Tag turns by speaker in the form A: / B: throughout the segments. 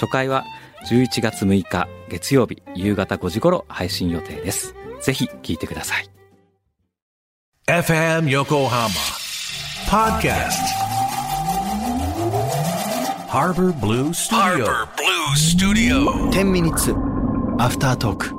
A: 初回は11月6日月曜日夕方5時頃配信予定ですぜひ聞いてください
B: FM Yokohama Podcast. Harbor Blue Studio.
C: Harbor Blue Studio.
D: 10ミニッツアフタートーク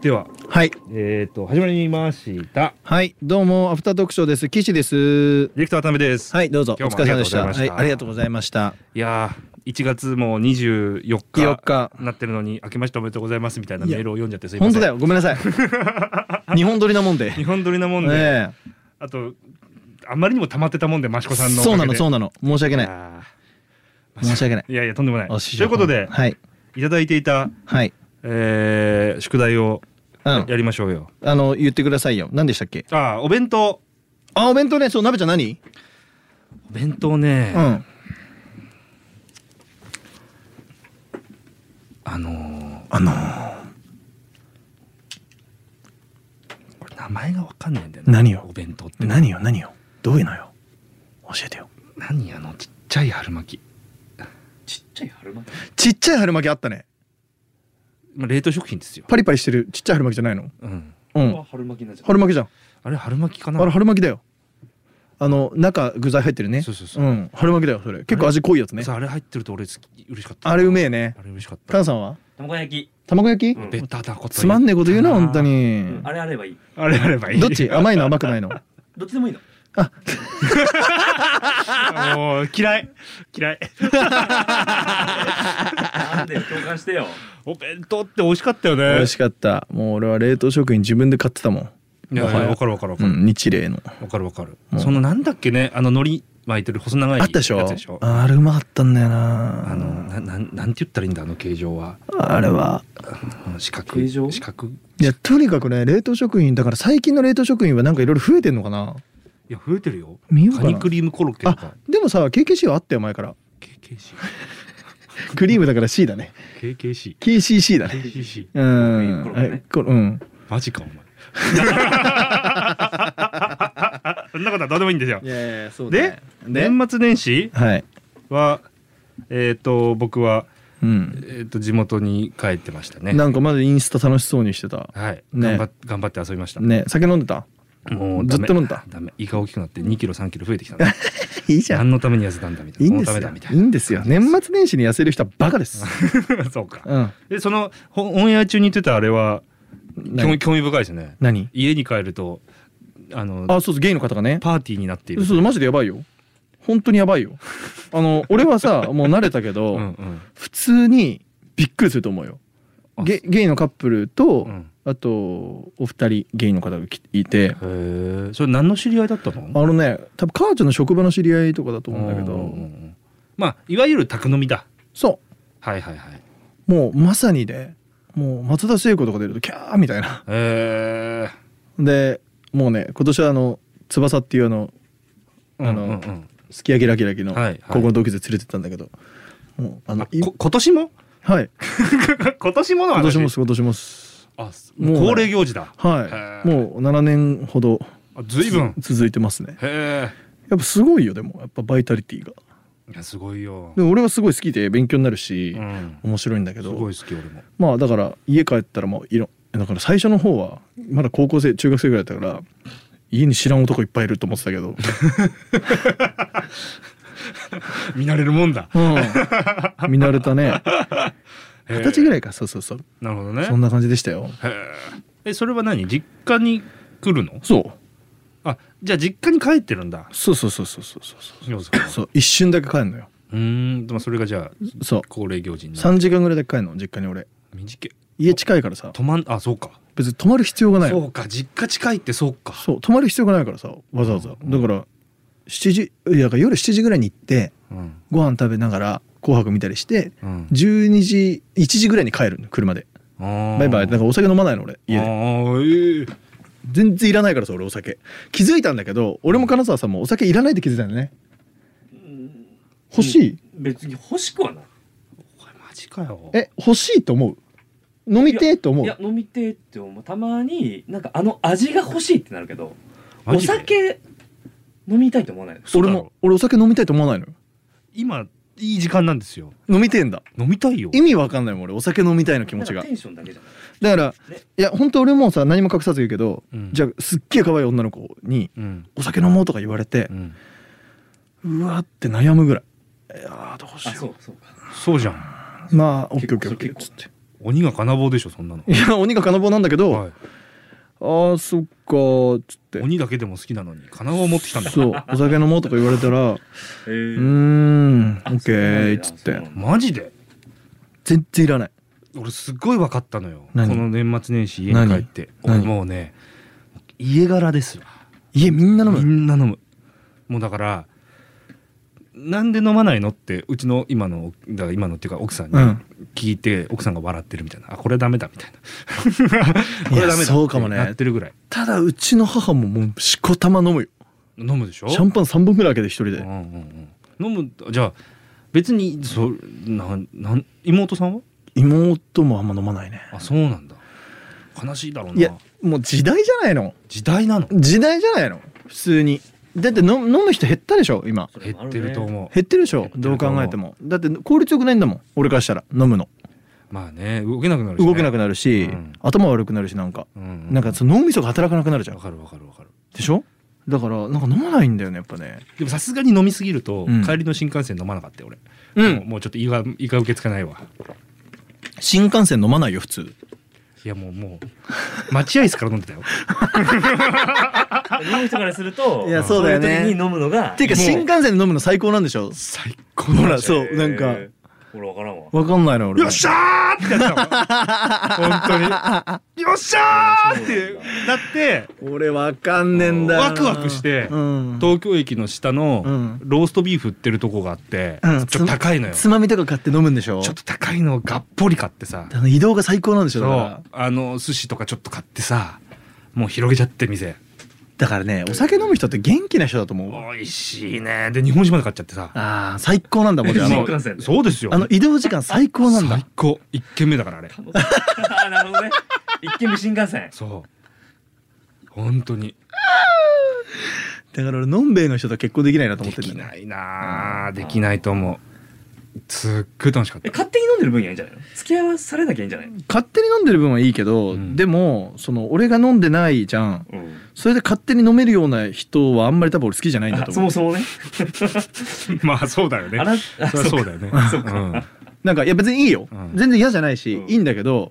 E: では、
D: はい
E: えっ、と、始まりました。
D: はいどうもアフタートークショーです岸です
E: ディレクター渡辺です。
D: はいどうぞお
E: 今日
D: 疲
E: も
D: れ様でした
E: ありがとうござ
D: はいい
E: ました
D: ありがとうございました
E: いやー、1月もう24日
D: 4日
E: なってるのに、明けましておめでとうございますみたいないメ
D: や
E: ールを読んじゃってすいま
D: 本
E: せん。
D: 当だよごめんなさい 日本撮りなもんで
E: 日本撮りなもんで、
D: ね
E: あと、あまりにも溜まってたもんで、益
D: え
E: 子さんのお
D: そう
E: か
D: な
E: げ
D: の
E: で。
D: そう
E: う
D: なの申し訳ない申し訳ない
E: いやいや、とんでもない。と
D: お師匠
E: いうことで、
D: はい
E: いただいていた、
D: はい
E: えー宿題を
D: うん
E: やりましょうよ。
D: あの言ってくださいよ何でしたっけ
E: あーお弁当。
D: あお弁当ねそう鍋ちゃん何
E: お弁当ね、
D: うん
E: あのー、あのこれ名前がわかんないんだよね。
D: 何を
E: お弁当って。
D: 何よ何よどういうのよ教えてよ
E: 何あのちっちゃい春巻き、
D: ちっちゃい春巻きあったね
E: まあ、冷凍食品ですよ、
D: パリパリしてるちっちゃい春巻きじゃないの
E: うん、
D: うん
E: 春巻きなじ
D: 春巻きじゃん
E: あれ春巻きかな
D: あれ春巻きだよあの中具材入ってるね
E: そうそうそう
D: うん、春巻きだよそれ結構味濃いやつね
E: さあれ入ってると俺好き嬉しかった
D: あれうめえね
E: あれ嬉しかった
D: 菅さんは
F: 卵焼き、
D: 卵焼き、
E: ベタだこと
D: つまんねえこと言うな本当
E: に
D: に、
F: あれあればいい。
E: あれあればいい
D: どっち甘いの甘く ないの
F: どっちでもいいの。
E: もう嫌い嫌い
F: なんで共感してよ。
E: お弁当って美味しかったよね
D: 美味しかったもう俺は冷凍食品自分で買ってたもん、
E: いやいやわかるわかるわ
D: う
E: かる
D: ん、日霊の
E: わかるわかる、
D: うん
E: そのなんだっけねあの海苔巻いてる細長
D: あ
E: いや
D: っ
E: つ
D: たで
E: で
D: し
E: しょ
D: ょあれうまかったんだよ
E: あ
D: な
E: のななんなんて言ったらいいんだあの形状は
D: あれは
E: うん四角
F: 形状
E: 四角い
D: いやとにかくね冷凍食品だから最近の冷凍食品はなんかいろいろ増えてんのかな
E: や増えてるよ
D: 見ようか
E: カ
D: な
E: ニクリームコロッケと
D: あ
E: か
D: でもさ KKC はあったよ前から
E: KKC
D: クリームだから C だね
E: KKC
D: KCC だね
E: KCC
D: うん
F: クリームコロッケね
D: えこれうん
E: マ ジかお前そんなことはどうでもいいんですよ
D: いやいやそう
E: で年末年始
D: はい
E: はえっ、と僕は、
D: うん、
E: えー、と地元に帰ってましたね
D: なんかまだインスタ楽しそうにしてた
E: はい、
D: ね
E: 頑張っ頑張って遊びました、
D: ね酒飲んでた
E: もう
D: ず
E: ダメ
D: っと飲んだ
E: ダメ胃が大きくなって2キロ3キロ増えてきたの
D: い いじ
E: 何のために痩せたんだみた
D: い
E: い
D: い
E: なん
D: です
E: この
D: よ
E: ためだみた
D: い
E: い
D: い
E: なん
D: ですよ年末年始に痩せる人はバカです
E: そうか
D: うん
E: でそのほオンエア中に言ってたあれは興味
D: 何
E: 興味深いですね
D: 何
E: 家に帰るとあの
D: あそうそうゲイの方がね
E: パーティーになっている
D: そうマジでやばいよ本当にやばいよあの俺はさもう慣れたけど、
E: うんうん
D: 普通にびっくりすると思うよ
E: あ
D: ゲゲイのカップルと、
E: うん
D: あとお二人ゲイの方が来いて
E: へえそれ何の知り合いだったの
D: あのね多分母ちゃんの職場の知り合いとかだと思うんだけ
E: う
D: ど
E: んうんうんまあいわゆる宅飲みだ
D: そう
E: はいはいはい
D: もうまさにでもう松田聖子とか出るとキャーみたいな
E: え
D: でもうね今年はあの翼っていうあの
E: ー、
D: あの
E: うんうん
D: すき焼きラキラキの
E: はいはい
D: 高校の同級生連れてったんだけど、もうあ
E: うん
D: の
E: あ
D: い
E: こ今年も
D: はい
E: 今年もの
D: 今
E: 話
D: 年もっす今年もっす
E: あす
D: もう
E: 恒例行事だ
D: はい
E: へー
D: もう7年ほど
E: あ随分
D: つ続いてますね
E: へ
D: やっぱすごいよでもやっぱバイタリティが
E: えいやすごいよ
D: でも俺はすごい好きで勉強になるし、
E: うん
D: 面白いんだけ
E: す
D: ど
E: ごい好き俺も
D: まあだから家帰ったらもういろだから最初の方はまだ高校生中学生ぐらいだったから家に知らん男いっぱいいると思ってたけど、
E: 見慣れるもんだ
D: 見慣れた ね
E: へ
D: 二十
E: ー
D: 歳ぐらいかそうそうそう
E: なるほどね
D: そんな感じでしたよ
E: へーえそれは何実家に来るの
D: そう
E: あじゃあ実家に帰ってるんだ
D: そうそうそうそうそうそう
E: そうそう
D: そう一瞬だけ帰るのよ
E: うーんでもそれがじゃあ
D: そう
E: 恒例行事になる
D: 3時間ぐらいだけ帰るの実家に俺
E: 短い
D: 家近いからさ
E: 泊まんあそうか
D: 別に泊まる必要がないの
E: そうか実家近いってそうか
D: そう泊まる必要がないからさわざわざだから7時いやだから夜7時ぐらいに行って
E: うん
D: ご飯食べながら紅白見たりして、
E: うん
D: 12時1時ぐらいに帰るの車でバイバイだからお酒飲まないの俺家
E: あ
D: で
E: ーえー
D: 全然いらないからさ俺お酒気づいたんだけど俺も金沢さんもお酒いらないって気づいたんだね欲しい、
F: 別に欲しくはない
E: マジかよ
D: え欲しいと思う飲みてえと思
F: いうや飲みてえって思うたまになんかあの味が欲しいってなるけど
E: マ
F: お
E: ジで
F: 酒飲みたいと思わないの
E: そう
D: 俺
E: だろ
D: も俺お酒飲みたいと思わないのよ
E: 今いい時間なんですよ
D: 飲みてえんだ
E: 飲みたいよ
D: 意味わかんないもん俺お酒飲みたいの気持ち
F: だ
D: が
F: からテンションだけじゃない
D: だから
F: ね
D: いや本当俺もさ何も隠さず言うけど、
E: うん
D: じゃあすっげえ可愛い女の子に
E: うん
D: 「お酒飲もう」とか言われて
E: う、ん
D: うわって悩むぐらいいやーどうし
F: あそ
D: よ
F: うそうか
E: そうじゃん
D: うまあオッケーオッケーオッケ
F: 結
D: ー
F: 構
D: っつって
E: 鬼が金棒でしょそんなの
D: いや鬼が金棒なんだけど、
E: は
D: あーそっかーっつって
E: い鬼だけでも好きなのに金棒を持ってきたんだ
D: そうお酒飲もうとか言われたら「う
F: へえ
D: ーんオ
F: あ
D: ッケー」っつっ
F: そうな
D: て
F: んだ
E: マジで
D: 全然いらない
E: 俺すっごい分かったのよこ
D: 何
E: の年末年始家に帰って俺
D: 何何
E: もうね家柄ですよ
D: 家みんな飲
E: み
D: む
E: んな飲むもうだからなんで飲まないのってうちの今のだから今のっていうか奥さんに
D: うん
E: 聞いて、奥さんが笑ってるみたいなあこれダメだみたいな これダメだって
D: そうかもね
E: なってるぐらい
D: ただうちの母ももうしこたま飲むよ
E: 飲むでしょ
D: シャンパン3本ぐらい開けて一人
E: うん
D: で
E: うんうん、飲むじゃあ別にそなんなん妹さんは
D: 妹もあんま飲まないね
E: あそうなんだ悲しいだろう
D: いや
E: な
D: もう時代じゃないの
E: 時代なの
D: 時代じゃないの普通にだって飲む飲む人減ったでしょ今
F: それ
E: 減
F: もあ
E: ってると
F: ね
E: 思う
D: 減ってるでしょ
E: る
D: どう考えてもだって効率よくないんだもん俺からしたら飲むの
E: まあね動けなくなるしね、
D: 動けなくなるし、
E: うん
D: 頭悪くなるしなんか、
E: うんうん、
D: なんかその脳みそが働かなくなるじゃん
E: わかるわかるわかる
D: でしょだからなんか飲まないんだよねやっぱね
E: でもさすがに飲みすぎると、
D: うん
E: 帰りの新幹線飲まなかったよ俺、
D: う
E: もうもうちょっと胃が胃が受け付かないわ
D: 新幹線飲まないよ普通
E: いやもうもう待合室から飲んでたよ
F: 飲む人からすると
D: いやそうだよね
F: い時に飲むのが
D: ていうか
F: も
D: 新幹線で飲むの最高なんでしょ
E: 最高
D: ほ
E: だ
D: らそうなんか
F: えー俺わからんわ
D: わかんないの俺
E: よっしゃーってなったもん 本当によっしゃーってなって
D: 俺わかんねえんだよな
E: ワクワクして
D: うん
E: 東京駅の下
D: う
E: の
D: ん
E: ローストビーフ売ってるとこがあって、
D: うん
E: ちょっと高いのよ
D: つまみとか買って飲むんでしょ
E: ちょっと高いのをがっぽり買ってさ
D: あの移動が最高なんでしょだ
E: そ
D: から
E: うあの寿司とかちょっと買ってさもう広げちゃって店
D: だからねお酒飲む人って元気な人だと思う
E: 美味しいねで日本酒まで買っちゃってさ
D: ああ最高なんだもんじゃあ
F: 新
D: の
F: 幹線で
E: そうですよ
D: あの移動時間最高なんだ
E: 最高一軒目だからあれ
F: あなるほどね一軒目新幹線
E: そう本当に
D: だから俺のんべえの人とは結婚できないなと
E: で
D: 思って
E: き
D: んだよ
E: な
D: ね
E: いなあできないと思うすっごい楽しかっ
F: え
E: た
F: 勝手に飲んでる分にはいいんじゃないの付き合わされなきゃいいんじゃないの
D: 勝手に飲んでる分はいいけど、
E: うん
D: でもその俺が飲んでないじゃん
F: うん
D: それで勝手に飲めるような人はあんまり多分俺好きじゃないんだ
F: あ
D: と
F: そ
D: 思う
F: もそもね
E: まあそうだよね
F: あらあ
E: そりゃそうだよねうん
D: なんかいや別にいいよ、
E: うん
D: 全然嫌じゃないし、
F: うん
D: いいんだけど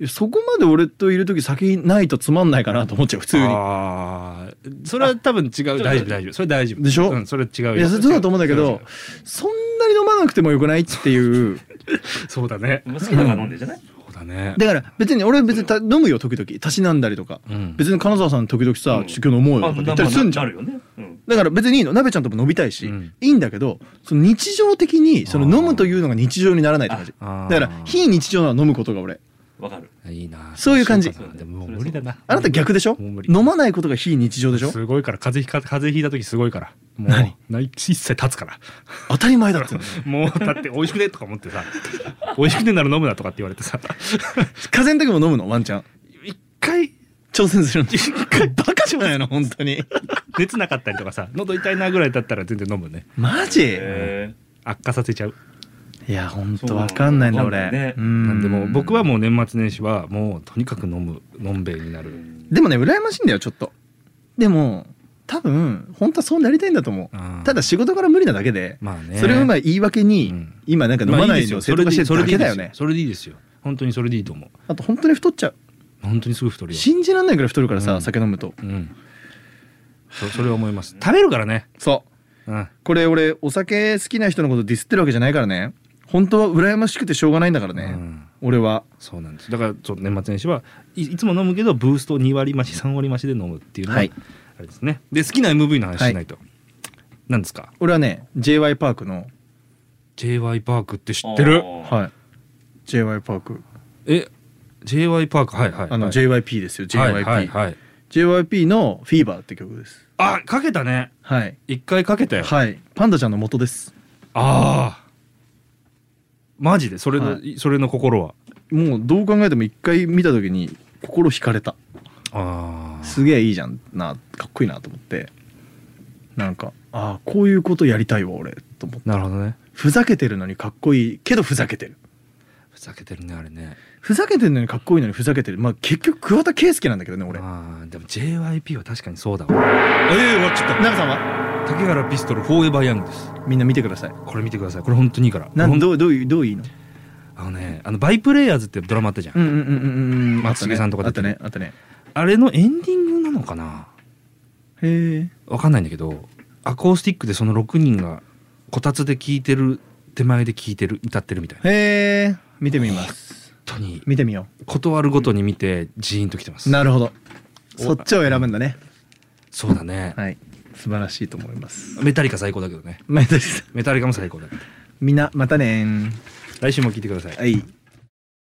D: いやそこまで俺といる時先ないとつまんないかなと思っちゃう普通に
E: あーそれは多分違う大丈夫大丈夫それ大丈夫
D: でしょ
E: うんそれ違うよ
D: いやそそうだと思うんだけどそんなに飲まなくてもよくないっていう
E: そうだね
F: 好きだから飲んでんじゃない
E: そうだね
D: だから別に俺は別にた飲むよ時々たしなんだりとか、
E: うん
D: 別に金沢さん時々さ、
F: うん
D: ちょっと今日飲もうよとか言ったりすんじゃん
F: あまあななるよねうん
D: だから別にいいの鍋ちゃんとも飲みたいし、
E: うん
D: いいんだけどその日常的にその飲むというのが日常にならないって感じ
E: あ
D: だ
E: ー
D: から非日常なの飲むことが俺
F: わかる
E: いいな
D: そういう感じ
E: そうかでももう無理だな
D: あなた逆でしょ
E: もう無理
D: 飲まないことが非日常でしょ
E: すごいから風邪ひか風邪ひいた時すごいからもう
D: 何
E: な一切立つから
D: 当たり前だろって
E: もうだって美味しくねとか思ってさ美味しくねなら飲むなとかって言われ てさ
D: 風邪の時も飲むのワンちゃん
E: 一回
D: 挑戦するの一回バカじゃないの本当に
E: 熱なかったりとかさ喉痛いなぐらいだったら全然飲むね
D: マジ
F: へ
E: 悪化させちゃう、
D: いや本当わかんないんだ
F: そうなんだ
D: 俺
F: よね
D: うん
E: なんでもう僕はもう年末年始はもうとにかく飲む飲んべえにな
F: え
E: る
D: でもね羨ましいんだよちょっとでも多分本当はそうなりたいんだと思
E: あー
D: うただ仕事から無理なだけで、
E: まあね
D: それをうまい言い訳に、
E: うん
D: 今なんか飲まないのを正当化してるだけだよね
E: それでいいですよ本当にそれでいいと思う
D: あと本当に太っちゃう
E: 本当にすぐ太るよ
D: 信じらんないぐらい太るからさ、
E: うん
D: 酒飲むと
E: うんそそれは思います食べるからね
D: そう
E: うん
D: これ俺お酒好きな人のことディスってるわけじゃないからね本当は羨ましくてしょうがないんだからね、
E: うん
D: 俺は
E: そうなんですだからそう年末年始はいいつも飲むけどブースト2割増し3割増しで飲むっていうのが、
D: はい
E: あれですねで好きな MV の話しないと、なんですか
D: 俺はね j y パークの
E: JY パークって知ってる
D: はい。JY パーク。
E: え JY パークはいはい
D: あの、
E: はい
D: JYP ですよ、JYP、
E: はいはいはい
D: JYP のフィーバーって曲です。
E: あかけたね
D: はい。
E: 一回かけたよ、
D: はい。パンダちゃんの元です。
E: ああマジでそれの、
D: は
E: それの心は
D: もうどう考えても一回見た時に心惹かれた。
E: あ
D: すげえいいじゃんな、かっこいいなと思って。なんか、ああ、こういうことやりたいわ、俺。と思って。
E: なるほどね
D: ふざけてるのにかっこいいけどふざけてる。
E: ふざけてるねあれね
D: ふざけてるのにかっこいいのにふざけてる。まあ結局桑田佳祐なんだけどね、俺。
E: あーでも JYP は確かにそうだわええ終わっちゃった
D: ナムさんは
E: 竹原ピストルフォーエバーヤングです
D: みんな見てください。
E: これ見てくださいこれ本当にいいから
D: な
E: ほ
D: ん
E: ん
D: どうどういうどういいの？
E: あのねあのバイプレイヤーズってドラマあったじゃん、
D: うんうんうんうんうん。
E: 松重さんとか
D: あ
E: 出
D: ってたねあったね。
E: あれのエンディングなのかな
D: へえ。
E: わかんないんだけどアコースティックでその6人がこたつで聴いてる手前で聴いてる歌ってるみたいな
D: へえ。見てみます。
E: 本当に
D: 見てみよ
E: 断るごとに見てジーンときてます
D: う。なるほど。そっちを選ぶんだね。
E: そうだね、
D: はい。素晴らしいと思います。
E: メタリカ最高だけどね
D: まあ、です
E: メタリカも最高だけど
D: みんなまたねー
E: 来週も聴いてください
D: はい。